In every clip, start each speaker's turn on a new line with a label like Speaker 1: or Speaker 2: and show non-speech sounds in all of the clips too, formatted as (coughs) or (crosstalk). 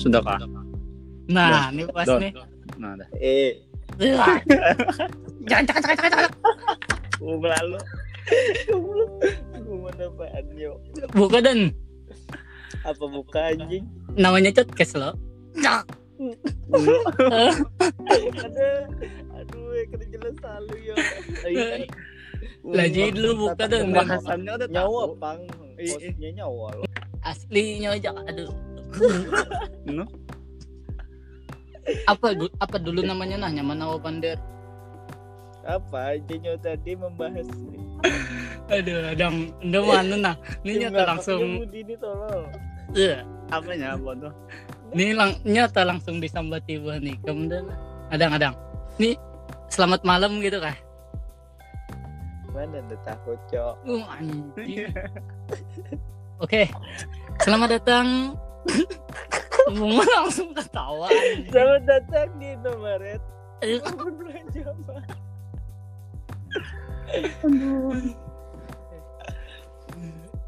Speaker 1: Sudah kah?
Speaker 2: Nah, ini pas
Speaker 1: Don.
Speaker 2: nih.
Speaker 1: Nah, dah.
Speaker 3: Eh,
Speaker 2: Wah. Jangan cakap cakap cakap cakap.
Speaker 3: gua lalu. (laughs) Gua mana apaan yo?
Speaker 2: Buka dan
Speaker 3: Apa buka anjing?
Speaker 2: namanya podcast lo. Cak.
Speaker 3: Ada. Aduh, ya kena jelas salu yo. Ay, ay.
Speaker 2: Lagi dulu buka dan nggak
Speaker 1: Bahasannya udah
Speaker 3: Nyawa
Speaker 1: tahu.
Speaker 3: pang.
Speaker 1: Iya.
Speaker 3: Posnya nyawa. lo.
Speaker 2: aslinya aja aduh.
Speaker 1: No.
Speaker 2: Apa du- apa dulu namanya nah nyaman Nawa Pander.
Speaker 3: Apa anjingnya tadi membahas
Speaker 2: Aduh, dam, dam mana nah. Ini nyata
Speaker 3: Nggak,
Speaker 2: langsung
Speaker 3: kamu Dini tolong.
Speaker 2: eh,
Speaker 1: Apanya bodoh?
Speaker 2: Ini lang nyata langsung disambat tiba nih. Kemudian adang-adang. Nih selamat malam gitu kah?
Speaker 3: Mana ada takut, Cok?
Speaker 2: Uh, anjing. Oke. Selamat datang. (laughs) Bunga langsung ketawa.
Speaker 3: Selamat datang di (laughs) Indomaret.
Speaker 2: Eh,
Speaker 3: Berbelanja apa?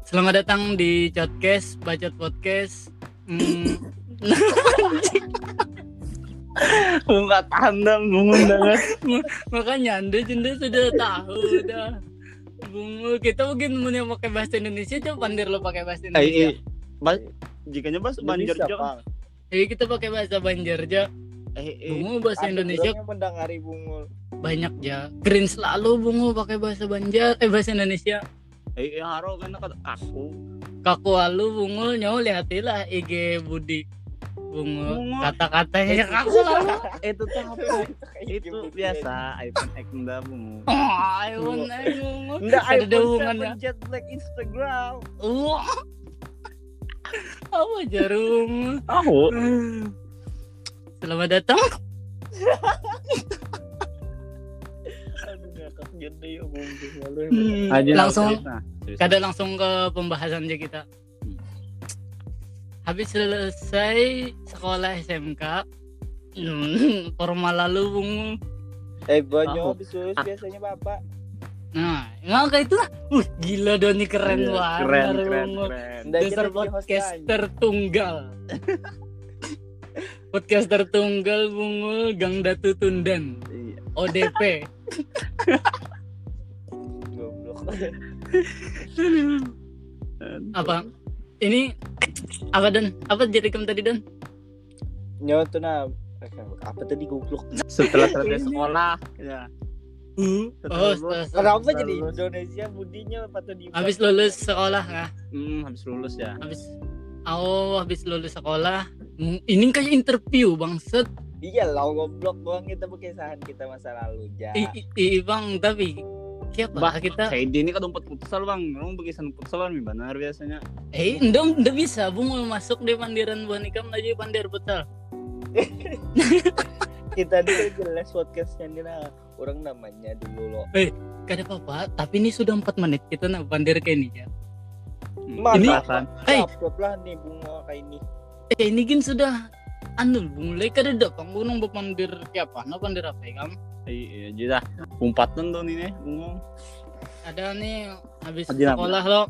Speaker 2: Selamat datang di podcast Bacot Podcast. Hmm,
Speaker 1: (laughs) Gua nggak tahan dah, gua banget.
Speaker 2: makanya Anda jenda sudah tahu udah. Bunga kita mungkin mau yang pakai bahasa Indonesia coba pandir lo pakai bahasa Indonesia.
Speaker 1: (laughs) Eh, eh, Bas, jikanya Bas Banjar
Speaker 3: Indonesia,
Speaker 1: Jo.
Speaker 3: Pang.
Speaker 2: Jadi kita pakai bahasa Banjar aja.
Speaker 1: Eh, eh,
Speaker 2: Bunga bahasa
Speaker 3: Aku
Speaker 2: Indonesia
Speaker 3: bilangnya mendangari bungul.
Speaker 2: banyak ya. Green selalu bunga pakai bahasa Banjar, eh bahasa Indonesia.
Speaker 1: eh, eh, haro karena kata
Speaker 3: (laughs)
Speaker 1: kaku.
Speaker 2: Kakualu bungul nyawa lihatilah IG Budi bungul
Speaker 1: Bungul.
Speaker 2: kata-katanya kaku lah.
Speaker 1: Itu tuh apa?
Speaker 3: (laughs)
Speaker 1: Itu
Speaker 3: Gitu, ya.
Speaker 1: biasa iPhone X nda bungu.
Speaker 2: Oh, I want I bungul.
Speaker 3: Nggak,
Speaker 2: Ada ada
Speaker 3: iPhone
Speaker 2: hubungannya.
Speaker 3: 7 jet black Instagram.
Speaker 2: Wah. Apa jarum?
Speaker 1: Tahu.
Speaker 2: Selamat datang.
Speaker 3: Aduh, ngakak jadi ya, bungkus. Malu ya, bener.
Speaker 2: Hmm,
Speaker 1: Aja
Speaker 2: langsung
Speaker 1: nah, serius.
Speaker 2: kada langsung ke pembahasan aja kita. Habis selesai sekolah SMK, hmm, formal lalu bungul.
Speaker 3: Eh, gua
Speaker 1: Tahu.
Speaker 3: nyawa habis lulus biasanya bapak.
Speaker 2: Nah, nggak kayak itu lah. Uh, gila Doni keren
Speaker 1: Iya,
Speaker 2: banget.
Speaker 1: Keren,
Speaker 2: Bung.
Speaker 1: keren, keren.
Speaker 3: Nggak
Speaker 2: Dasar
Speaker 3: jadi host lain.
Speaker 2: podcaster tunggal. podcaster tunggal bungul Gang Datu Tundan
Speaker 1: Iya.
Speaker 2: ODP.
Speaker 3: Goblok. (laughs)
Speaker 2: apa? Ini apa dan apa jadi kamu tadi dan?
Speaker 3: Nyawa tuh nah. Apa tadi goblok?
Speaker 1: Setelah selesai sekolah, ya.
Speaker 2: Oh, setelah-
Speaker 3: Kenapa
Speaker 1: Setelah
Speaker 3: jadi
Speaker 1: lulus.
Speaker 3: Indonesia budinya patut di
Speaker 2: habis lulus sekolah nah.
Speaker 1: Hmm, habis lulus ya.
Speaker 2: Habis oh habis lulus sekolah. Hmm, Ini kayak interview bangset.
Speaker 3: Iya lah goblok doang kita berkisahan kita masa lalu ja.
Speaker 2: I, i- i- bang tapi siapa
Speaker 1: Bah,
Speaker 2: kita?
Speaker 1: Saidi ini kadang empat kan futsal bang, kamu bagisan futsal kan benar biasanya.
Speaker 2: Eh, ndong ndak bisa bungul masuk di pandiran bonikam lagi pandir putar.
Speaker 3: Kita dulu jelas podcastnya nih nah. Orang namanya dulu lo.
Speaker 2: Kada apa-apa, tapi ini sudah 4 menit kita nak pandir kayak ini ya.
Speaker 1: Hmm,
Speaker 3: Masa?
Speaker 1: ini kan
Speaker 2: Hey.
Speaker 3: Upload lah nih bunga kayak ini.
Speaker 2: Eh, ini kan sudah anu mulai kada dak panggunung bepandir siapa? Nah pandir apa ya, kam?
Speaker 1: iya jadi dah umpatan tuh ini bungong.
Speaker 2: Ada nih habis
Speaker 1: Pandiran.
Speaker 2: sekolah lo.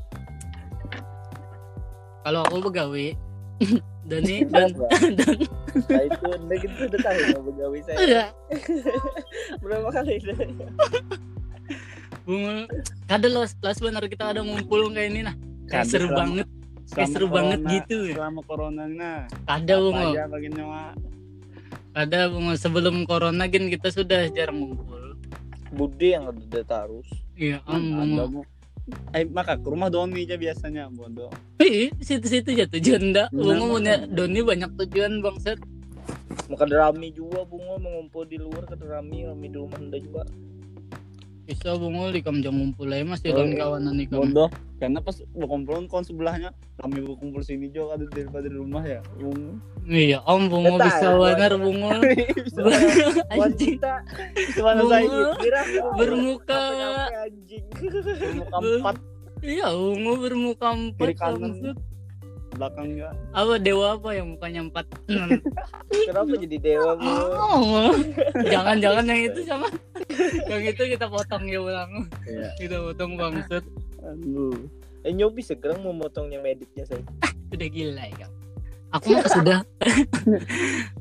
Speaker 2: Kalau aku begawi (laughs) dan nih dan dan Iya.
Speaker 3: Nah itu anda kita sudah tahu ya begawi saya.
Speaker 2: ada
Speaker 3: Berapa kali itu?
Speaker 2: bungul kada lo setelah sebenarnya kita ada ngumpul kayak ini nah. Kayak
Speaker 1: Kada
Speaker 2: seru
Speaker 1: selama-
Speaker 2: banget, kayak
Speaker 1: Selama
Speaker 2: seru banget
Speaker 1: corona-
Speaker 2: gitu ya.
Speaker 1: Selama corona nah.
Speaker 2: Kada
Speaker 1: apa
Speaker 2: bungul.
Speaker 1: aja bagian nyawa.
Speaker 2: Ada Bung, sebelum corona kan kita sudah jarang ngumpul.
Speaker 3: Budi yang udah tarus.
Speaker 2: Iya,
Speaker 1: Ada bu.
Speaker 2: om.
Speaker 1: Eh maka ke rumah Doni aja biasanya bodoh.
Speaker 2: Hei, situ-situ ya tujuan dah.
Speaker 1: Benar,
Speaker 2: Bung punya Doni banyak tujuan bangset.
Speaker 3: Maka rami juga bunga mengumpul di luar ke rami rami di rumah anda juga.
Speaker 2: Bisa Bung di kam jam ngumpul aja masih
Speaker 3: Oh,
Speaker 2: kawan
Speaker 3: iya.
Speaker 2: kawanan nih kam.
Speaker 1: Bodoh. Karena pas berkumpul kon sebelahnya kami berkumpul sini juga ada daripada di rumah ya. Bung.
Speaker 2: Iya, om Bung
Speaker 3: Betul,
Speaker 2: bisa
Speaker 3: Bung.
Speaker 2: wanar Bung.
Speaker 1: (laughs)
Speaker 2: (laughs) Anjing
Speaker 3: Wanita
Speaker 1: Gimana
Speaker 2: Bunga.
Speaker 1: saya
Speaker 3: kira
Speaker 2: bermuka
Speaker 3: Apa-apa anjing.
Speaker 1: empat
Speaker 2: iya Bung bermuka empat
Speaker 1: Kiri kanan.
Speaker 2: bangset.
Speaker 1: belakangnya.
Speaker 2: apa dewa apa yang mukanya empat
Speaker 3: Kenapa jadi dewa bunga?
Speaker 2: Oh, jangan jangan yang itu sama yang itu kita potong ya bang
Speaker 1: Iya.
Speaker 2: kita potong bangset
Speaker 1: Aduh.
Speaker 3: Eh nyobi segerang memotongnya meditnya saya.
Speaker 2: udah gila ya Aku mah sudah.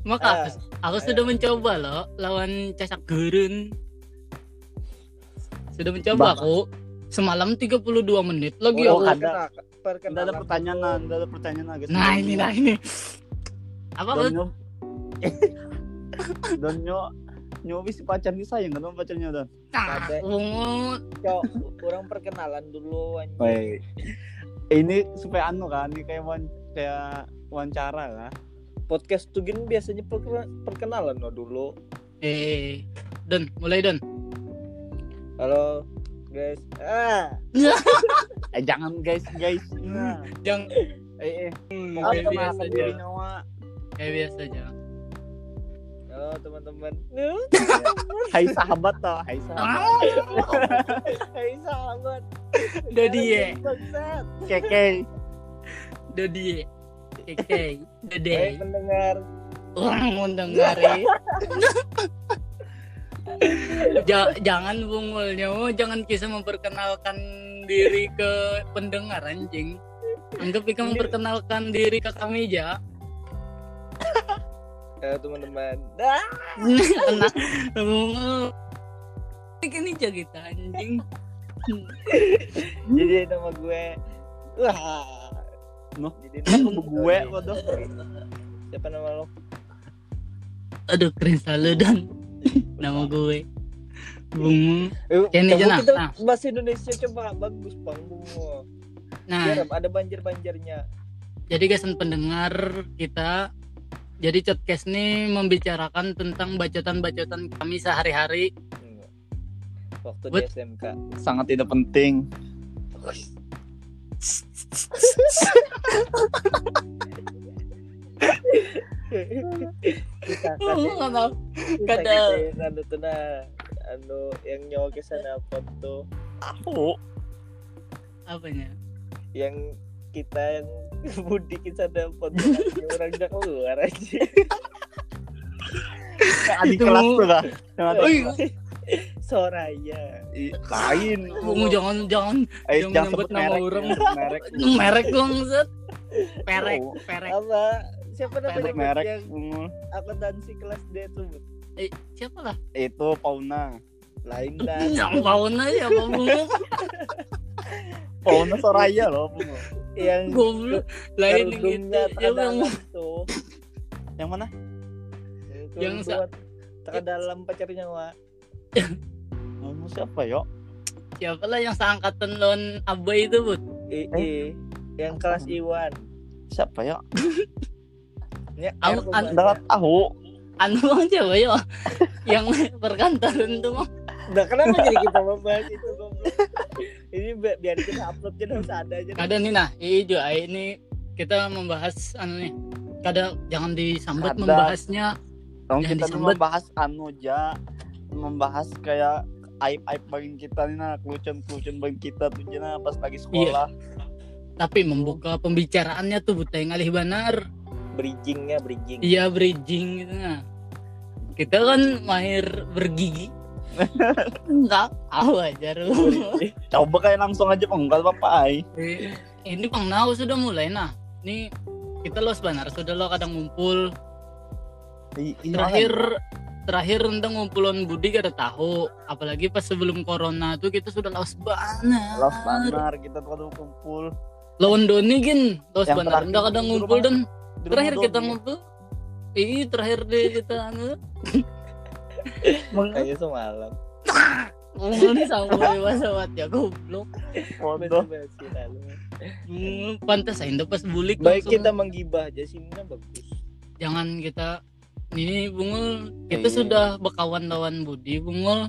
Speaker 2: Maka
Speaker 3: Ah,
Speaker 2: aku, aku sudah mencoba loh lawan casak gerun. Sudah
Speaker 1: Bapak.
Speaker 2: mencoba aku semalam 32 menit lagi
Speaker 1: Oh,
Speaker 2: aku.
Speaker 1: ada.
Speaker 3: Perkena-
Speaker 1: Nggak
Speaker 3: perkenalan.
Speaker 1: ada pertanyaan, nggak ada pertanyaan agak.
Speaker 2: Nah ini nah ini. Apa
Speaker 1: Dan
Speaker 2: Bud?
Speaker 1: nyo, (laughs) dan nyo, nyo wis pacarnya sayang kan sama pacarnya dan.
Speaker 2: Nah,
Speaker 3: Ada.
Speaker 2: ungu.
Speaker 3: Cok, orang perkenalan dulu anjing.
Speaker 1: Woi, ini supaya anu kan, ini kayak wan, kayak wawancara lah.
Speaker 3: Podcast tuh gini biasanya perkena- perkenalan loh dulu.
Speaker 2: Eh, Don, mulai Don.
Speaker 3: Halo guys. Ah.
Speaker 1: Eh jangan guys, guys. Nah.
Speaker 2: Jangan
Speaker 1: Eh, eh.
Speaker 2: Hmm. kayak
Speaker 1: Apa
Speaker 2: biasa
Speaker 1: masalah
Speaker 2: aja.
Speaker 1: diri nyawa?
Speaker 2: Kayak biasa aja.
Speaker 3: Halo teman-teman.
Speaker 1: Hai sahabat toh, hai sahabat.
Speaker 3: Hai sahabat.
Speaker 2: Dodie,
Speaker 3: Bangsat.
Speaker 1: Keke.
Speaker 2: Dodie. Oke,
Speaker 3: Hai
Speaker 2: Dede.
Speaker 3: pendengar.
Speaker 2: Orang mendengari. Ja- jangan bungul nyawa, jangan kisah memperkenalkan diri ke pendengar anjing. Anggap Ika memperkenalkan diri ke kami aja.
Speaker 3: Halo Eh, teman-teman. Ah.
Speaker 2: Kena bungul. Ini aja kita anjing. Hmm?
Speaker 3: Jadi nama gue. Wah.
Speaker 1: Noh.
Speaker 3: Jadi
Speaker 1: Nama gue, waduh.
Speaker 3: Siapa nama lo?
Speaker 2: Aduh keren salah dan nama gue. Bungul.
Speaker 3: Eh,
Speaker 2: Ini
Speaker 3: coba
Speaker 2: jenah.
Speaker 3: kita
Speaker 2: Nah.
Speaker 3: bahasa Indonesia coba bagus bang Bungo.
Speaker 2: Nah,
Speaker 3: Biar ada banjir-banjirnya.
Speaker 2: Jadi guys pendengar kita jadi podcast ini membicarakan tentang bacotan-bacotan kami sehari-hari.
Speaker 3: Hmm. Waktu di
Speaker 2: But- (laughs)
Speaker 3: SMK.
Speaker 1: Sangat tidak penting.
Speaker 3: Kita kasih-
Speaker 2: Maaf.
Speaker 3: kita
Speaker 2: Kada.
Speaker 3: kasih anu tuh nah, anu yang nyawa ke sana foto
Speaker 1: Aku.
Speaker 2: Apanya?
Speaker 3: yang kita yang (laughs) mudik ke sana foto Yang orang udah keluar aja.
Speaker 1: Adik
Speaker 2: Itu-
Speaker 1: kelas tuh lah. Yang ada-
Speaker 2: Oi.
Speaker 3: (laughs) Soraya.
Speaker 1: I- Lain.
Speaker 2: Ungu jangan jangan
Speaker 1: Eh,
Speaker 2: Jangan
Speaker 1: jangan
Speaker 2: nyebut
Speaker 1: sebut
Speaker 2: nama
Speaker 1: merek,
Speaker 2: orang.
Speaker 1: jangan sebut
Speaker 2: (laughs)
Speaker 1: merek.
Speaker 2: merek dong set. Perek, perek.
Speaker 3: Apa? Siapa namanya
Speaker 1: Sebut
Speaker 3: Bud,
Speaker 1: merek Hmm.
Speaker 3: yang
Speaker 1: Bungo.
Speaker 3: akuntansi kelas D tuh? Bud?
Speaker 2: Eh, siapa lah?
Speaker 1: Itu Pauna.
Speaker 3: Lain dah.
Speaker 2: Yang baunya siapa bungu?
Speaker 1: Pauna Soraya loh Bungo.
Speaker 3: yang
Speaker 2: Goblok. Lain yang itu.
Speaker 3: kerudungnya
Speaker 2: Siapa yang
Speaker 3: terkadang tuh.
Speaker 1: Yang mana?
Speaker 2: Yang
Speaker 3: yang
Speaker 2: sa-
Speaker 3: buat tak dalam pacarnya wa
Speaker 1: Bungo siapa yo?
Speaker 2: siapa lah yang seangkatan lawan Abai itu, Bud?
Speaker 3: i i yang kelas Iwan
Speaker 1: Siapa yo?
Speaker 3: ya
Speaker 2: Aku-
Speaker 3: aku
Speaker 2: an-
Speaker 1: Dapat tahu.
Speaker 2: Anu bang siapa ya? yang (laughs) perkantoran tuh Bang.
Speaker 3: Nah, kenapa jadi kita membahas itu goblok ini bi- biar kita upload aja harus ada aja
Speaker 2: Kada nih nah, iya juga iya, ini kita membahas anu nih. Kada jangan disambat
Speaker 1: Kada.
Speaker 2: membahasnya.
Speaker 1: Yang
Speaker 2: Yang
Speaker 1: kita tuh
Speaker 2: disambut.
Speaker 1: membahas anu ja membahas kayak aib-aib bagi kita nih nah kelucuan-kelucuan bagi kita tuh jena pas lagi
Speaker 2: Iya.
Speaker 1: sekolah
Speaker 2: Tapi membuka pembicaraannya tuh buteng alih banar.
Speaker 3: bridgingnya bridging
Speaker 2: Iya bridging gitu nah. Kita kan mahir bergigi. Enggak, tahu aja lu.
Speaker 1: coba kayak langsung aja penggal apa ay
Speaker 2: Eh, Ini Bang Nau sudah mulai nah. Ini kita los banar sudah lo kadang ngumpul.
Speaker 1: I- iya,
Speaker 2: terakhir terakhir tentang ngumpulan Budi gak ada tahu apalagi pas sebelum corona tuh kita sudah laos
Speaker 1: kan?
Speaker 2: banget
Speaker 1: Los Banar kita tuh kumpul
Speaker 2: lawan Doni gin laos
Speaker 1: Yang
Speaker 2: banget
Speaker 1: terakhir
Speaker 2: nggak ada
Speaker 1: itu
Speaker 2: ngumpul
Speaker 1: rumah-
Speaker 2: dan
Speaker 1: Di rumah
Speaker 2: terakhir
Speaker 1: doang,
Speaker 2: kita
Speaker 1: ya.
Speaker 2: ngumpul Ih, terakhir deh kita anu
Speaker 3: kayak semalam
Speaker 2: (laughs) ngumpul nih sama dewasa banget ya goblok. (laughs)
Speaker 1: Bodoh.
Speaker 3: Basa-basi lalu.
Speaker 2: Hmm, Pantas aja udah pas bulik
Speaker 3: baik
Speaker 2: langsung.
Speaker 3: kita menggibah aja sininya bagus
Speaker 2: jangan kita ini Bungul kita
Speaker 1: Iya.
Speaker 2: sudah bekawan lawan Budi Bungul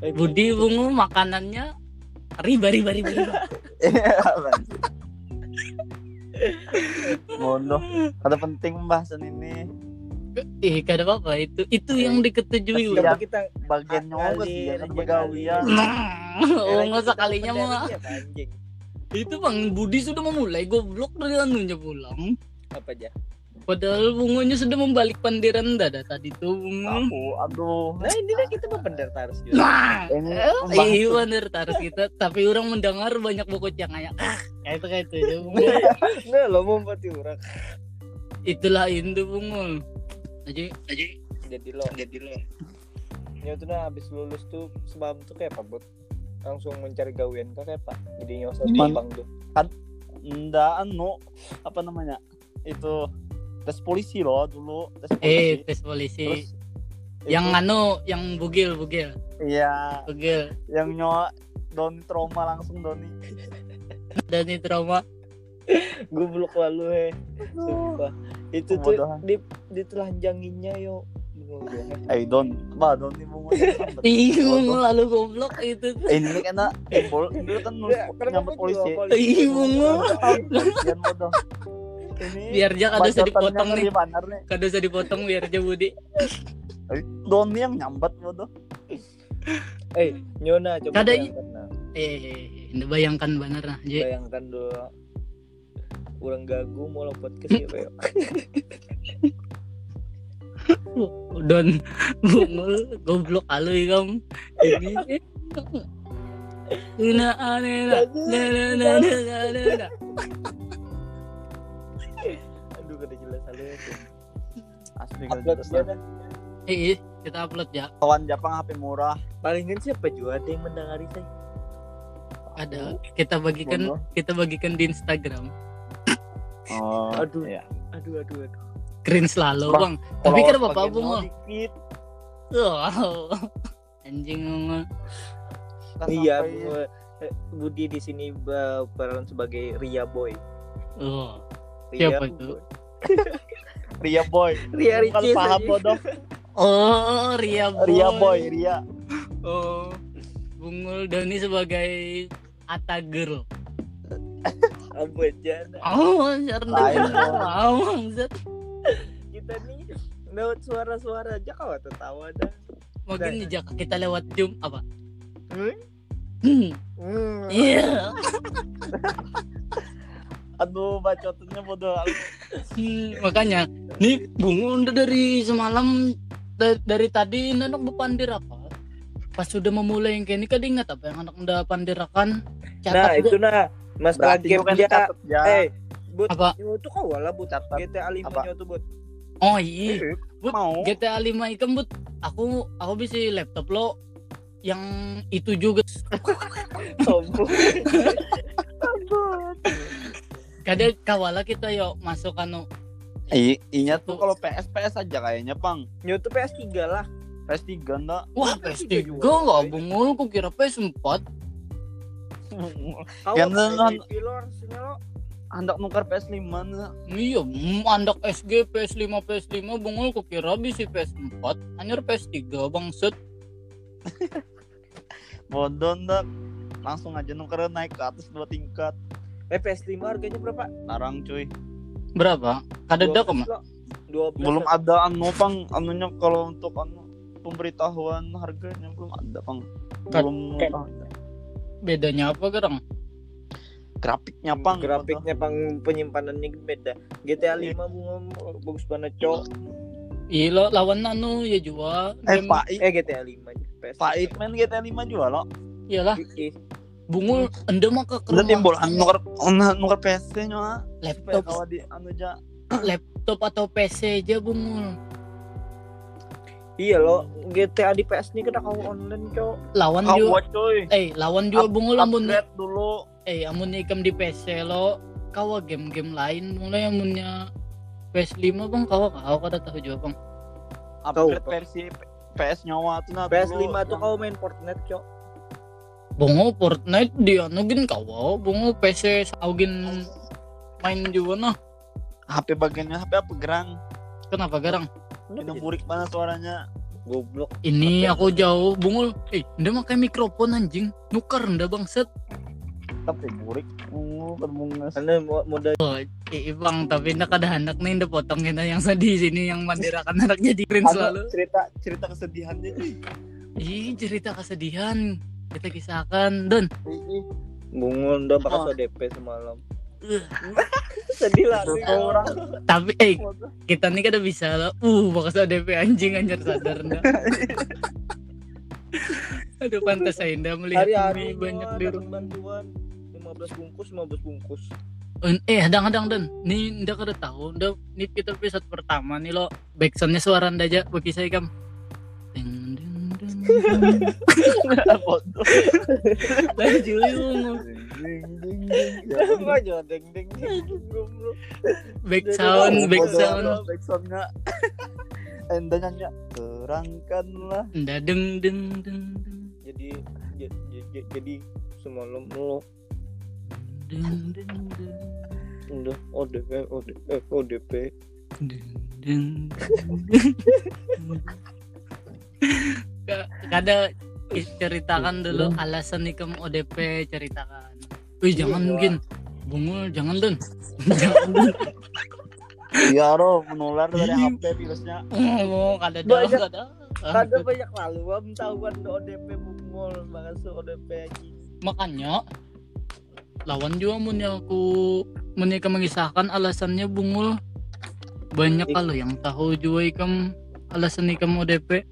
Speaker 3: Eh,
Speaker 2: Budi Bungul makanannya riba riba riba,
Speaker 1: (laughs)
Speaker 2: riba.
Speaker 1: Iya, Bang. Bodoh. Ada penting pembahasan ini.
Speaker 2: Ih, kada apa-apa itu itu yang
Speaker 1: Iya.
Speaker 2: diketujui udah.
Speaker 3: kenapa kita
Speaker 1: Bagian nyobes
Speaker 3: Kali,
Speaker 1: ya kan
Speaker 3: reja
Speaker 1: begawian.
Speaker 3: kali.
Speaker 2: Nah, (laughs)
Speaker 1: Iya,
Speaker 2: oh, nggak sekalinya mah.
Speaker 3: Pendeknya apa, ya, anjing?
Speaker 2: Itu Bang Budi sudah memulai goblok dari anunya pulang.
Speaker 3: apa aja
Speaker 2: Padahal bungunya sudah membalik pandiran dada tadi tuh bungu.
Speaker 1: Aku aduh.
Speaker 3: nah ini dah kita mah pendek harus juga
Speaker 2: Nah,
Speaker 1: Ini
Speaker 2: eh, iya bener taruh kita. Tapi orang mendengar banyak bokot yang kayak ah, kayak itu kayak itu. ya, bungu.
Speaker 3: nah lo mau mati orang
Speaker 2: itulah Indo Bungul. Aji,
Speaker 3: jadi lo
Speaker 1: Jadi lo.
Speaker 3: ya tuh nah habis lulus tuh semalam tuh kayak apa bud langsung mencari gawean kah kayak pak jadi nyosot
Speaker 1: Ini-
Speaker 3: abang tuh
Speaker 1: Nggak anu apa namanya? Itu tes polisi loh dulu, tes
Speaker 2: eh
Speaker 1: polisi.
Speaker 2: tes polisi.
Speaker 1: Terus
Speaker 2: yang
Speaker 1: itu-
Speaker 2: anu, yang bugil, bugil,
Speaker 1: iya,
Speaker 2: bugil.
Speaker 1: yang nyawa Doni trauma langsung Doni.
Speaker 2: Dan ini trauma.
Speaker 3: gue belok lalu eh sumpah itu tuh
Speaker 1: Kebodohan.
Speaker 3: di ditelanjanginnya yo Bungul gua.
Speaker 1: Eh Don, bah Doni bungut.
Speaker 2: (laughs) Ih, Bungul Iya, lalu goblok itu.
Speaker 1: Ini kan enak, eh, bol- dulu kan nulis
Speaker 3: Ya, kenapa
Speaker 1: nyambut
Speaker 3: gua
Speaker 1: polisi.
Speaker 3: juga
Speaker 2: Ih, Bungul.
Speaker 1: Kasihan bodoh. Ini
Speaker 2: Biar dia kada usah dipotong
Speaker 1: bacotannya
Speaker 2: nih.
Speaker 1: di mana nih?
Speaker 2: Kada usah dipotong biar aja Budi. Eh,
Speaker 1: Doni yang nyambat bodoh.
Speaker 3: eh nyona coba
Speaker 2: Kada-
Speaker 3: bayangkan nah.
Speaker 2: Eh, ini bayangkan bener nah, Ji.
Speaker 3: bayangkan dulu kurang gagu mau lompat ke siapa yo
Speaker 2: Don bungul goblok alu ikam. Ini Una anena, na na na na na na na.
Speaker 3: aduh kada jelas halu ya tuh.
Speaker 1: Asli kalau
Speaker 3: upload
Speaker 1: gitu.
Speaker 3: dia dah
Speaker 2: Eh, eh, kita upload ya.
Speaker 1: Kawan Jepang HP murah.
Speaker 3: palingan siapa juga ada yang mendengari saya
Speaker 2: Ada kita bagikan
Speaker 1: Bodoh.
Speaker 2: kita bagikan di Instagram.
Speaker 1: Oh,
Speaker 3: Aduh.
Speaker 1: iya.
Speaker 3: aduh aduh aduh
Speaker 2: Keren selalu,
Speaker 1: Bang,
Speaker 2: Bang. Tapi
Speaker 1: Kalau
Speaker 2: kan bapak
Speaker 1: sebagai
Speaker 2: bungul.
Speaker 1: dikit,
Speaker 2: Wow. Anjing ngomong.
Speaker 1: kan
Speaker 3: iya
Speaker 1: sampai-
Speaker 3: gua- eh, Budi di sini berperan sebagai Ria Boy
Speaker 2: Oh,
Speaker 3: Ria
Speaker 2: Siapa itu?
Speaker 3: Boy.
Speaker 1: Ria Boy.
Speaker 3: Ria
Speaker 1: Bukan
Speaker 3: Ricis
Speaker 1: paham
Speaker 3: aja.
Speaker 1: bodoh.
Speaker 2: oh Ria Boy.
Speaker 1: Ria Boy, Ria.
Speaker 2: Oh, Bungul Doni sebagai Ata Girl.
Speaker 3: Abu Jana
Speaker 2: Oh, cerdas.
Speaker 1: Lain, Bang.
Speaker 2: Wow, bangsat.
Speaker 3: kita nih lewat suara-suara aja kau tertawa dah
Speaker 2: Mungkin
Speaker 3: Lain.
Speaker 2: jejak kita lewat Zoom apa?
Speaker 3: Hmm?
Speaker 2: Hmm,
Speaker 3: Hmm.
Speaker 2: Iya.
Speaker 1: Aduh, bacotannya bodoh.
Speaker 2: Hmm, Makanya, nih Bungul udah dari semalam da- dari tadi anak bepandir apa? Pas sudah memulai yang kayak ini kan ingat apa yang anak udah pandirakan?
Speaker 3: nah
Speaker 2: Catat
Speaker 3: itu nah mas
Speaker 1: Berarti
Speaker 3: Bagir
Speaker 1: bukan
Speaker 3: dia
Speaker 1: catat ya.
Speaker 3: eh but
Speaker 2: Apa?
Speaker 3: itu tuh kau lah but
Speaker 1: Catat.
Speaker 3: GTA lima
Speaker 1: Apa?
Speaker 3: nya tuh but
Speaker 2: Oh iya.
Speaker 3: Eh,
Speaker 2: But,
Speaker 1: mau.
Speaker 2: GTA 5 ikan but aku aku bisa laptop lo yang itu juga
Speaker 3: sombong
Speaker 2: kadang kawala kita yuk masuk anu
Speaker 1: I, inya tuh kalau PS PS aja kayaknya, Pang.
Speaker 3: nyu tuh PS 3 lah
Speaker 1: PS3 enggak.
Speaker 2: wah
Speaker 3: Iya,
Speaker 2: PS3
Speaker 3: juga.
Speaker 2: nggak bungul aku kira PS4
Speaker 3: kau
Speaker 1: Yang
Speaker 3: apa
Speaker 1: nonton-
Speaker 3: pilor sini lo
Speaker 1: (laughs) Hendak nukar PS5 enggak.
Speaker 2: iya mm, andak SG PS5 PS5 bungul aku kira bisa PS4 anjir PS3 bangset
Speaker 1: Bodoh enggak. Langsung aja nuker naik ke atas dua tingkat.
Speaker 3: eh PS 5 harganya berapa
Speaker 1: Tarang cuy.
Speaker 2: berapa kada dak mah
Speaker 3: dua
Speaker 1: Belum ada anu, Pang. Anunya kalau untuk anu pemberitahuan harganya belum ada, Pang.
Speaker 2: Kan-
Speaker 1: Belum
Speaker 2: kan-
Speaker 1: ada.
Speaker 2: bedanya apa gerang
Speaker 1: grafiknya, Pang. bodoh.
Speaker 3: grafiknya pang penyimpanannya beda GTA 5 bunga bagus banget cok
Speaker 2: iya lo lawan anu ya jua
Speaker 1: Eh,
Speaker 2: Game-
Speaker 1: Pak I,
Speaker 3: eh GTA 5 aja PS
Speaker 1: Pak iya. I main GTA 5 juga loh.
Speaker 2: iyalah
Speaker 3: Ih,
Speaker 2: bungul anda mah ke
Speaker 1: Udah timbul
Speaker 2: rumah
Speaker 1: anu nuker anu nuker PS nya
Speaker 2: laptop
Speaker 1: kalau di anu aja
Speaker 2: laptop atau PC aja bungul
Speaker 3: iya lo GTA di PS ini kena kau kan online cok
Speaker 2: lawan
Speaker 1: kau
Speaker 2: juga
Speaker 1: buat cuy.
Speaker 2: eh lawan juga
Speaker 1: Up-
Speaker 2: bungul amun
Speaker 1: Upgrade dulu.
Speaker 2: eh amun ikam di PC lo kawa game-game lain mulai amunnya PS5 bang kawa kawa kada tahu juga bang
Speaker 1: Upgrade
Speaker 3: Kau.
Speaker 1: versi P- PS nyawa tuh nah
Speaker 3: PS
Speaker 1: dulu
Speaker 3: 5 tuh
Speaker 1: yang-
Speaker 3: kau main Fortnite cok
Speaker 2: bongo Fortnite dia nugin kawa bongo PC saugin main juga nah
Speaker 1: HP bagiannya HP apa gerang?
Speaker 2: kenapa garang
Speaker 1: Itu burik banget suaranya.
Speaker 3: goblok
Speaker 2: ini aku jauh bungul eh nda pakai mikrofon anjing nuker nda bangset
Speaker 1: Tapi burik. Oh, bermungas.
Speaker 3: karena mo- modal
Speaker 2: oh, eh bang tapi nda kada handak nih nda potong kita yang sedih sini yang (laughs) mandirakan anak jadi keren selalu
Speaker 1: Anu cerita cerita kesedihannya gitu. cuy.
Speaker 2: ih cerita kesedihan kita kisahkan don
Speaker 3: bungul udah bakal
Speaker 1: Oh.
Speaker 3: DP semalam
Speaker 2: Ugh.
Speaker 3: (laughs) sedih lah
Speaker 1: Itu
Speaker 3: nih,
Speaker 1: tuh orang
Speaker 2: tapi eh
Speaker 1: bodoh.
Speaker 2: kita nih kada bisa lo uh bakal DP anjing anjir sadar nah. aduh pantas saya indah melihat ini
Speaker 3: hari-hari
Speaker 2: banyak
Speaker 3: banyak
Speaker 2: di rumah
Speaker 3: bantuan 15 bungkus 15 bungkus
Speaker 2: eh hadang hadang dan ni ndak kada tahu ndak ni kita episode pertama nih lo backsoundnya suara ndak aja bagi saya kam Ding, ding, ding, ding.
Speaker 1: (laughs) Bodoh.
Speaker 2: Lah, Julio,
Speaker 3: Apa aja deng deng deng. goblok.
Speaker 2: back sound back
Speaker 1: Bodoh,
Speaker 2: sound
Speaker 1: bodoh, Back (laughs) soundnya. Enda nyanyi. Terangkanlah.
Speaker 2: ndak deng deng deng deng
Speaker 3: Jadi j- j- j- jadi semua lo lo
Speaker 2: deng deng deng
Speaker 3: udah ODP ODP ODP
Speaker 2: Deng, deng, deng. Ka- Kada i- ceritakan dulu alasan ikam ODP ceritakan. Wih jangan
Speaker 3: Iya.
Speaker 2: mungkin bungul jangan don. jangan don.
Speaker 1: Iya roh menular dari
Speaker 2: Iya.
Speaker 1: HP virusnya.
Speaker 2: Oh, (laughs) kada ada
Speaker 1: Banyak-
Speaker 2: kada. Ah,
Speaker 1: Ada banyak lalu am
Speaker 3: kan
Speaker 1: tahuan do ODP bungol bahkan so ODP anjing.
Speaker 2: Makanya lawan juga munnya aku munnya ikam mengisahkan alasannya bungul banyak
Speaker 3: Ik-
Speaker 2: kalau yang tahu juga ikam alasan ikam ODP.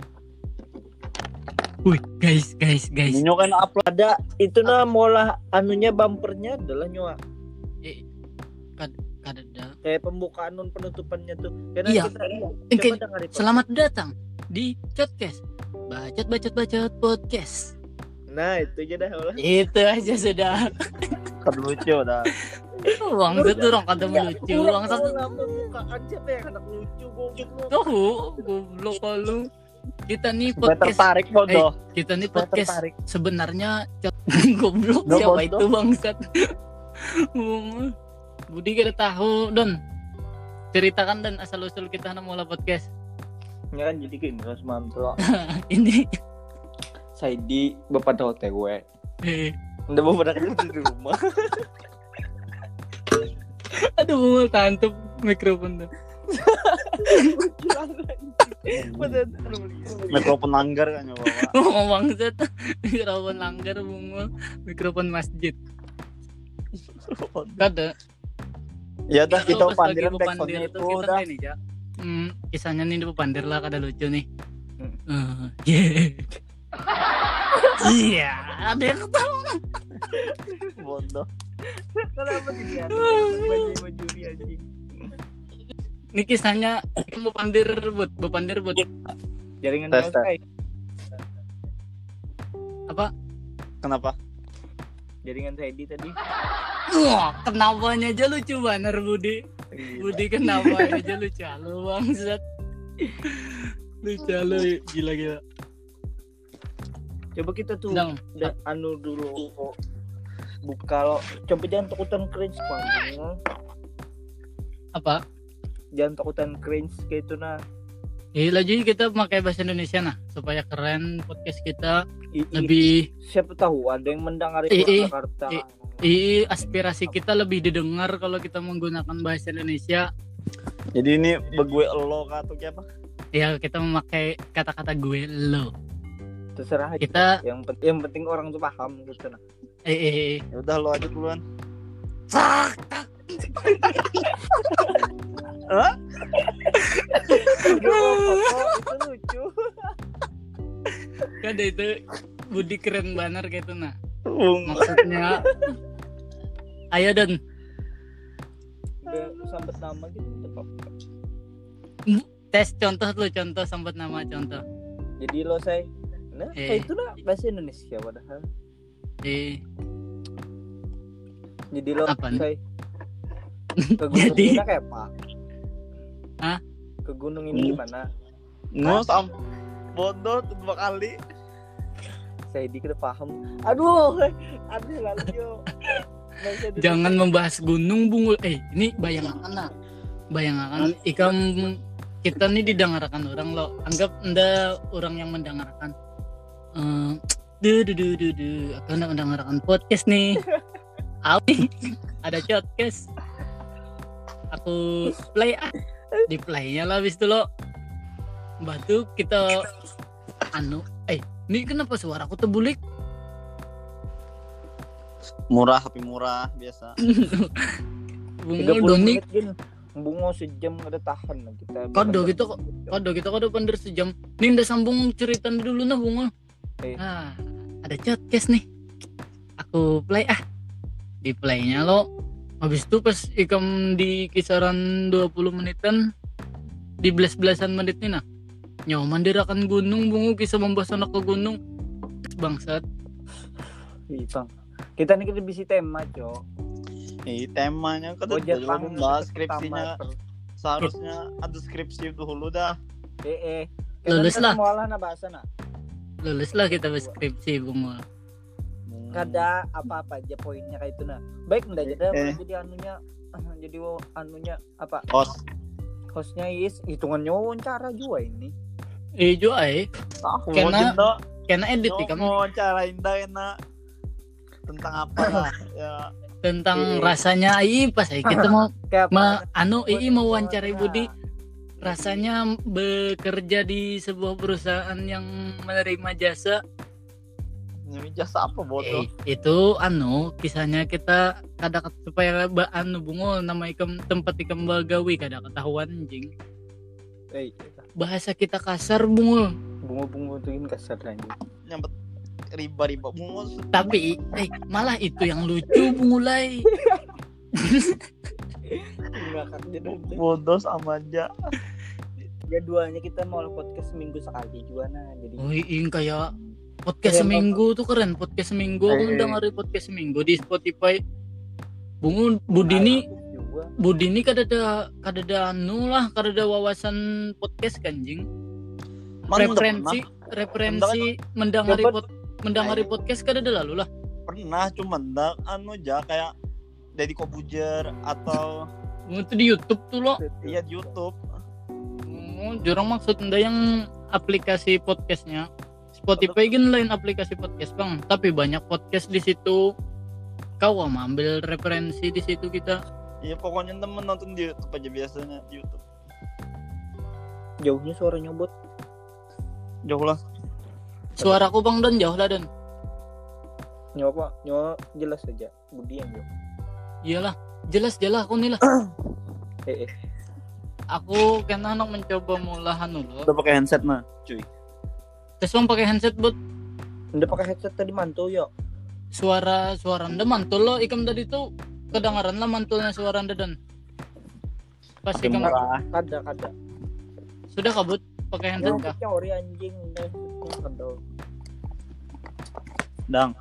Speaker 2: Wih guys guys guys
Speaker 1: Ninyo kan upload
Speaker 3: ada itu nah mola anunya bumpernya adalah nyawa
Speaker 2: kada ada
Speaker 3: kayak pembukaan non penutupannya tuh karena
Speaker 2: Iya.
Speaker 3: kita
Speaker 2: Eh, kayak-
Speaker 3: coba dengerin
Speaker 2: Selamat datang di Cotcast. Bacot bacot bacot podcast.
Speaker 3: nah itu aja dah lah
Speaker 2: Itu aja sudah.
Speaker 1: kan lucu dah.
Speaker 2: Uang satu orang kata
Speaker 3: Iya,
Speaker 2: melucu, Iya, uang satu
Speaker 3: pembukaan siapa yang anak lucu goblok
Speaker 2: tahu goblok kau lu. Kita nih
Speaker 1: Gue
Speaker 2: podcast,
Speaker 1: tertarik bodoh.
Speaker 2: kita nih
Speaker 1: Gue
Speaker 2: podcast
Speaker 1: tertarik.
Speaker 2: sebenarnya Cot- (laughs) goblok
Speaker 1: Gak
Speaker 2: siapa
Speaker 1: bodoh.
Speaker 2: itu bangsat. (laughs) Bungul. Budi kada tahu, Don. Ceritakan dan asal usul kita nak mula podcast (laughs)
Speaker 3: ya kan jadi kayak Miros Mantro
Speaker 2: ini. (laughs)
Speaker 3: saya di bapak dah OTW
Speaker 2: Eh,
Speaker 3: udah bapak dah kerja di rumah
Speaker 2: Aduh, bungul tantup mikrofon (laughs) tuh.
Speaker 1: Mikrofon langgar kan ya bawa.
Speaker 2: Oh, bangsat. (laughs) Mikrofon langgar bungul, mikrofon
Speaker 1: (laughs)
Speaker 2: masjid. Kada.
Speaker 1: Ya dah kita
Speaker 2: Kalau pas lagi
Speaker 1: pandiran backsoundnya
Speaker 2: bepandir tuh
Speaker 1: itu
Speaker 2: kita
Speaker 1: dah.
Speaker 2: ini, Ja. Hmm, kisahnya nih di Pandir lah kada lucu nih.
Speaker 3: Hmm.
Speaker 2: Eh, yeah. (laughs) Iya, ada yang ketawa.
Speaker 1: Bodoh.
Speaker 3: kenapa (laughs) tidak baju ini anjing
Speaker 2: Ini kisahnya Bepandir Bud, Bepandir Bud.
Speaker 3: jaringan E.
Speaker 1: Tes, tes.
Speaker 3: wifi
Speaker 2: Apa?
Speaker 1: Kenapa?
Speaker 3: jaringan saya di tadi
Speaker 2: Wah, kenapanya aja lucu banget Budi. Budi kenapa aja lucu lu bangsat. Lucu lu gila gila.
Speaker 3: coba kita tuh
Speaker 2: Sedang.
Speaker 3: da, anu dulu kok buka lo coba jangan takutan cringe pak
Speaker 2: Apa?
Speaker 3: jangan takutan cringe kayak itu nah
Speaker 2: Eh, lagi kita pakai bahasa Indonesia nah supaya keren podcast kita
Speaker 3: I- i-
Speaker 2: lebih
Speaker 3: siapa tahu ada yang
Speaker 2: I-
Speaker 3: mendengar itu
Speaker 2: i-
Speaker 3: Jakarta
Speaker 2: i- I, Iya, aspirasi kita lebih didengar kalau kita menggunakan bahasa Indonesia.
Speaker 1: Jadi ini begue lo kah atau kayak apa?
Speaker 2: Ya, kita memakai kata-kata gue lo.
Speaker 3: terserah aja
Speaker 2: Kita
Speaker 3: yang penting yang penting orang tuh paham gitu
Speaker 2: (laughs)
Speaker 3: nah
Speaker 2: eh, eh, eh.
Speaker 1: Ya udah lo aja duluan.
Speaker 2: Fuck.
Speaker 3: itu lucu
Speaker 2: Kan itu Budi keren banget gitu nah.
Speaker 1: Bung.
Speaker 2: Maksudnya Ayo Don,
Speaker 3: udah sampai nama gitu udah apa-apa.
Speaker 2: tes contoh lu contoh sambat nama contoh.
Speaker 3: jadi lo saya nah
Speaker 2: Eh.
Speaker 3: itu lah bahasa Indonesia padahal
Speaker 2: Eh,
Speaker 3: jadi lo
Speaker 2: Apaan? (laughs)
Speaker 3: saya ke gunung
Speaker 2: Jadi?
Speaker 3: ini kayak apa
Speaker 2: Hah?
Speaker 3: ke gunung ini gimana
Speaker 1: No sam. Bodoh tuh dua kali.
Speaker 3: saya dikira paham aduh aduh lalu yo Bahasa Indonesia.
Speaker 2: jangan membahas gunung bungul. Eh, ini bayangkan lah. Bayangkan ikam kita nih didengarkan orang lo. Anggap anda orang yang mendengarkan. Eh, duh duh duh duh duh. Aku hendak mendengarkan podcast nih. Awi, ada podcast. Aku play ah. Di playnya lah habis itu lo. Batu kita anu. Eh, ini kenapa suara aku terbulik?
Speaker 1: Murah, HP murah biasa.
Speaker 2: Bungul
Speaker 3: 30
Speaker 2: Doni
Speaker 3: menit gini bungo sejam nggak ada tahan lah kita
Speaker 2: Kodo gitu kok. Waduh kita kode pandir sejam. Nih udah sambung cerita dulu nah Bungul.
Speaker 3: Eh.
Speaker 2: Nah, ada podcast nih. Aku play ah. Di ah. playnya lo habis itu pas ikam di kisaran 20 menitan di belas-belasan menit nih nah nyoman dirakan gunung bungu kisah membahas anak ke gunung bangsat
Speaker 3: Ih, Iya, Bang. Kita nih kita bisa tema, Cok.
Speaker 1: Ih, temanya kan
Speaker 3: Ojek
Speaker 1: udah
Speaker 3: pang-
Speaker 1: membahas skripsinya
Speaker 3: Tamater.
Speaker 1: seharusnya ada skripsi dulu dah
Speaker 3: Eh, eh.
Speaker 2: Lulus lah.
Speaker 3: Mualah na bahasa na.
Speaker 2: luluslah kita skripsi bungu Hmm.
Speaker 3: Kada apa-apa aja poinnya kayak itu nah. Baik ndak jadi
Speaker 1: Eh, eh.
Speaker 3: jadi anunya (clears throat) jadi wo- anunya apa
Speaker 1: kos
Speaker 3: hostnya is hitungannya wawancara juga ini.
Speaker 2: eh jo ay
Speaker 1: tahu
Speaker 2: Kena-
Speaker 1: mungkin dah
Speaker 2: kena edit
Speaker 1: Yo,
Speaker 2: ikam
Speaker 1: mau wawancarain dah enak tentang apa (coughs) lah ya
Speaker 2: tentang
Speaker 1: Iya.
Speaker 2: rasanya ai pas ai kita mau
Speaker 3: Kayak
Speaker 2: ma
Speaker 3: apa? Nah.
Speaker 2: anu ai mau wawancarai Budi
Speaker 3: wawancara.
Speaker 2: rasanya bekerja di sebuah perusahaan yang menerima jasa
Speaker 1: ini jasa apa bodoh
Speaker 2: eh, itu anu kisahnya kita kada ket- supaya ba- anu bungo nama ikam tempat ikam bagawi kada ketahuan anjing
Speaker 3: Eh,
Speaker 2: bahasa kita kasar bungul
Speaker 3: bunga-bunga tuh ini kasar lagi.
Speaker 1: nyambet riba-riba bungus
Speaker 2: tapi eh malah itu yang lucu bungulai
Speaker 3: Ngakak jadi.
Speaker 1: bodoh sama aja
Speaker 3: Jadwalnya kita mau podcast seminggu sekali juga nah. Jadi
Speaker 1: Oh, iya.
Speaker 2: Wih, ini kayak podcast
Speaker 3: Keren
Speaker 2: seminggu tuh keren podcast seminggu aku
Speaker 1: Eh.
Speaker 2: dengerin podcast seminggu di Spotify bungul Budi ini
Speaker 3: juga.
Speaker 2: Budi ini kada ada kada ada anu lah kada ada wawasan podcast kanjing
Speaker 1: Mana udah
Speaker 2: referensi referensi mendangari
Speaker 1: Dapat.
Speaker 2: pod, mendangari
Speaker 1: Ayo.
Speaker 2: podcast kada ada lalu lah
Speaker 1: pernah pernah cuman dah anu aja kayak dari Kobujer atau
Speaker 2: itu di YouTube tuh lo
Speaker 3: gitu.
Speaker 1: iya di YouTube
Speaker 2: Oh, jurang maksud anda yang aplikasi podcastnya Spotify kan lain aplikasi podcast bang tapi banyak podcast di situ kau mau ambil referensi di situ kita
Speaker 1: iya pokoknya temen nonton di YouTube aja biasanya di YouTube
Speaker 3: jauhnya suara nyobot.
Speaker 1: jauh lah
Speaker 2: suaraku bang dan jauh lah dan
Speaker 3: Nyoba, nyoba jelas aja. Budi yang jauh.
Speaker 2: iyalah jelas jelas aku nih lah
Speaker 3: Eh, eh.
Speaker 2: aku kena nak mencoba mulahan dulu
Speaker 1: udah pakai handset mah
Speaker 2: terus bang pakai handset buat
Speaker 3: Udah pakai headset tadi mantul yo.
Speaker 2: suara suara anda mantul lo ikam tadi tuh kedengaran lah mantulnya suara anda dan pas
Speaker 1: Pakai
Speaker 2: ikam
Speaker 1: murah
Speaker 3: Kada, kada.
Speaker 2: sudah kabut pakai handset
Speaker 3: Yang
Speaker 2: kah
Speaker 3: pecah ori anjing dan kendor.
Speaker 1: dang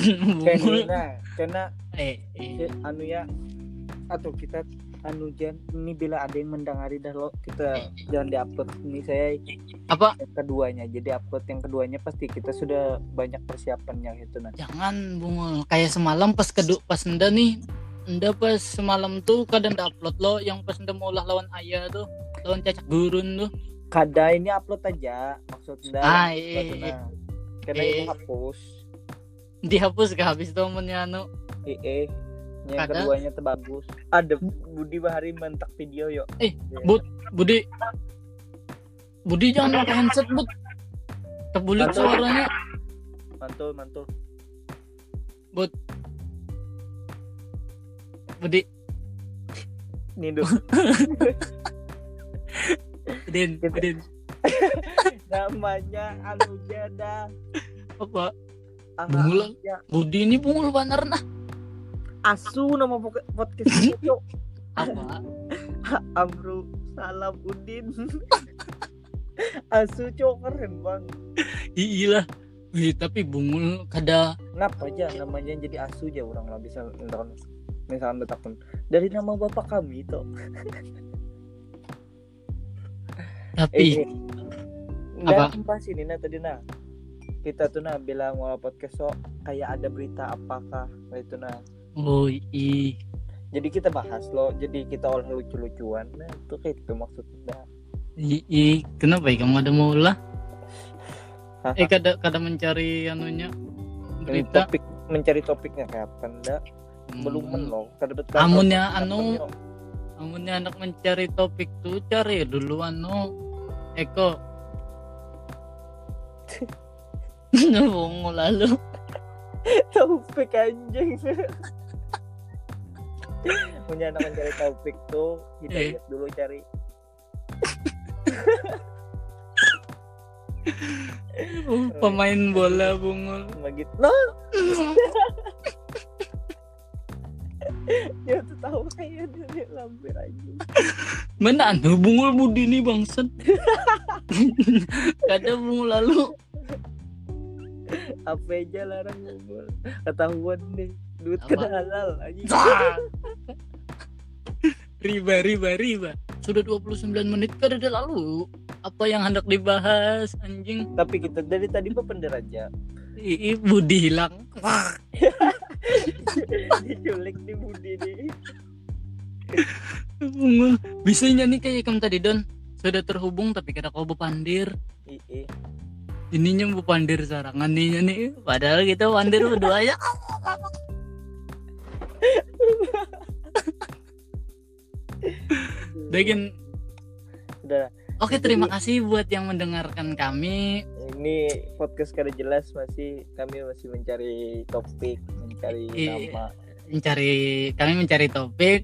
Speaker 2: (laughs)
Speaker 3: Karena karena
Speaker 2: eh, eh.
Speaker 3: si- anu ya atau kita anu jan ini bila ada yang mendengari dah lo kita
Speaker 1: Eh.
Speaker 3: jangan diupload ini saya
Speaker 2: Apa?
Speaker 3: yang keduanya jadi upload yang keduanya pasti kita sudah banyak persiapannya gitu nanti
Speaker 2: jangan bungul kayak semalam pas keduk pas anda nih anda pas semalam tuh kadang nda upload lo yang pas anda mau ulah lawan ayah tuh lawan cacak gurun tuh (laughs)
Speaker 3: kada ini upload aja maksudnya
Speaker 2: Ah, iya,
Speaker 3: maksudnya.
Speaker 2: iya.
Speaker 3: karena
Speaker 2: Iya.
Speaker 3: ini hapus
Speaker 2: dihapus gak habis tuh momennya anu
Speaker 3: eh eh. yang
Speaker 2: Kada.
Speaker 3: keduanya terbagus ada Budi Bahari mentak video yuk
Speaker 2: Eh,
Speaker 3: Iya.
Speaker 2: Bud. Budi Budi jangan pakai handset bud kebulit
Speaker 3: Mantul.
Speaker 2: suaranya
Speaker 3: mantul mantul
Speaker 2: Budi
Speaker 3: nih dulu
Speaker 2: (laughs) Din
Speaker 3: Gitu.
Speaker 2: Din
Speaker 3: namanya anu jada
Speaker 2: apa
Speaker 3: Aha,
Speaker 2: bungul
Speaker 3: ya.
Speaker 2: Budi ini bungul bener nah
Speaker 3: asu nama pok- podcast itu
Speaker 2: (laughs) apa
Speaker 3: Amru Salam Udin (laughs) Asu cok keren bang
Speaker 2: iyalah Wih, tapi bungul kada
Speaker 3: Kenapa aja namanya jadi Asu aja orang lah bisa nonton Misalkan betapun Dari nama bapak kami itu Eh,
Speaker 2: tapi
Speaker 3: Nggak pas ini nah tadi nah Kita tuh nah bila mau podcast so Kayak ada berita apakah nah, itu nah
Speaker 2: oh i
Speaker 3: Jadi kita bahas loh Jadi kita olah lucu-lucuan Nah itu kayak gitu maksudnya
Speaker 2: i, i. kenapa ya kamu ada mau ulah
Speaker 3: Hah,
Speaker 2: eh kada kada mencari anunya
Speaker 3: Ini
Speaker 2: berita Hmm.
Speaker 3: topik mencari topiknya kapan dah belum loh kada bet-
Speaker 2: Amunnya
Speaker 3: (laughs)
Speaker 2: anu- Amunnya anak mencari topik tuh cari dulu anu (laughs) Eko. Ngebongo lalu.
Speaker 3: Taufik anjing (laughs) punya anak mencari Taufik tuh kita
Speaker 2: Eh.
Speaker 3: lihat dulu cari
Speaker 2: Pemain bola bungul.
Speaker 3: (laughs) gitu. begitu no tahu (laughs) kayak dia lampir aja.
Speaker 2: Mana ada bungul budi nih bangset. Kada bungul lalu.
Speaker 3: Apa aja larang bungul. Ketahuan deh. Duit
Speaker 2: Apa?
Speaker 3: kena halal aja.
Speaker 2: riba riba riba. Sudah 29 menit kada ada lalu. Apa yang hendak dibahas anjing?
Speaker 3: Tapi kita dari tadi mah bener
Speaker 2: (laughs)
Speaker 3: aja.
Speaker 2: Ii budi hilang. Wah,
Speaker 3: Diculik di Budi nih.
Speaker 2: bungul. Bisanya nih kayak kamu tadi Don sudah terhubung tapi kada kau bepandir. (laughs)
Speaker 3: Iya.
Speaker 2: Ininya bepandir sarangan nih nih. Padahal kita pandir berdua ya. Dagin.
Speaker 3: Udah.
Speaker 2: Oke, terima kasih buat yang mendengarkan kami.
Speaker 3: Ini podcast kada jelas masih kami masih mencari topik, mencari
Speaker 2: Iya.
Speaker 3: nama.
Speaker 2: mencari kami mencari topik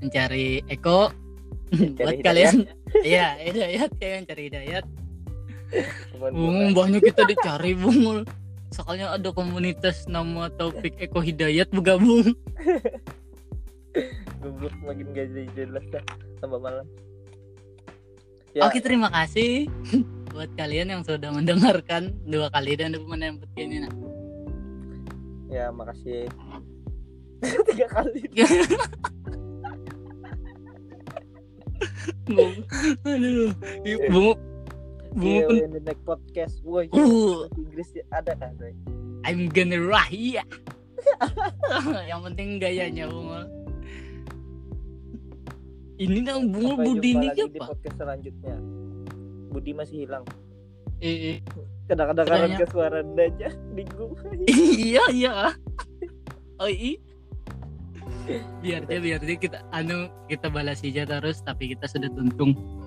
Speaker 2: mencari Eko (laughs) buat
Speaker 3: hidayat.
Speaker 2: kalian ya hidayat kalian cari hidayat
Speaker 3: Cuman
Speaker 2: bungul banyak kita dicari bungul soalnya ada komunitas nama topik Eko Hidayat bergabung
Speaker 3: goblok makin gak jadi jelas dah tambah malam. Ya,
Speaker 2: oke terima kasih buat kalian yang sudah mendengarkan dua kali dan menempat ini nah.
Speaker 3: Ya, makasih. (laughs) Tiga kali.
Speaker 2: Bung- Iya, aduh bungul
Speaker 3: See you
Speaker 2: bungul
Speaker 3: in the Iya, next podcast. Woi,
Speaker 2: Uh.
Speaker 3: bahasa Inggris ya, ada kan? Doi?
Speaker 2: I'm gonna raya (laughs) yang penting gayanya bungul ini nang bungul
Speaker 3: Sampai
Speaker 2: budi
Speaker 3: jumpa
Speaker 2: ini
Speaker 3: lagi di
Speaker 2: apa
Speaker 3: podcast selanjutnya. Budi masih hilang.
Speaker 2: Eh,
Speaker 3: (laughs)
Speaker 2: eh.
Speaker 3: Kadang-kadang kan
Speaker 2: Kiranya-
Speaker 3: ke suara anda aja (laughs) bingung.
Speaker 2: iya iya oh i biar dia biar dia kita anu kita balas aja terus tapi kita sudah tuntung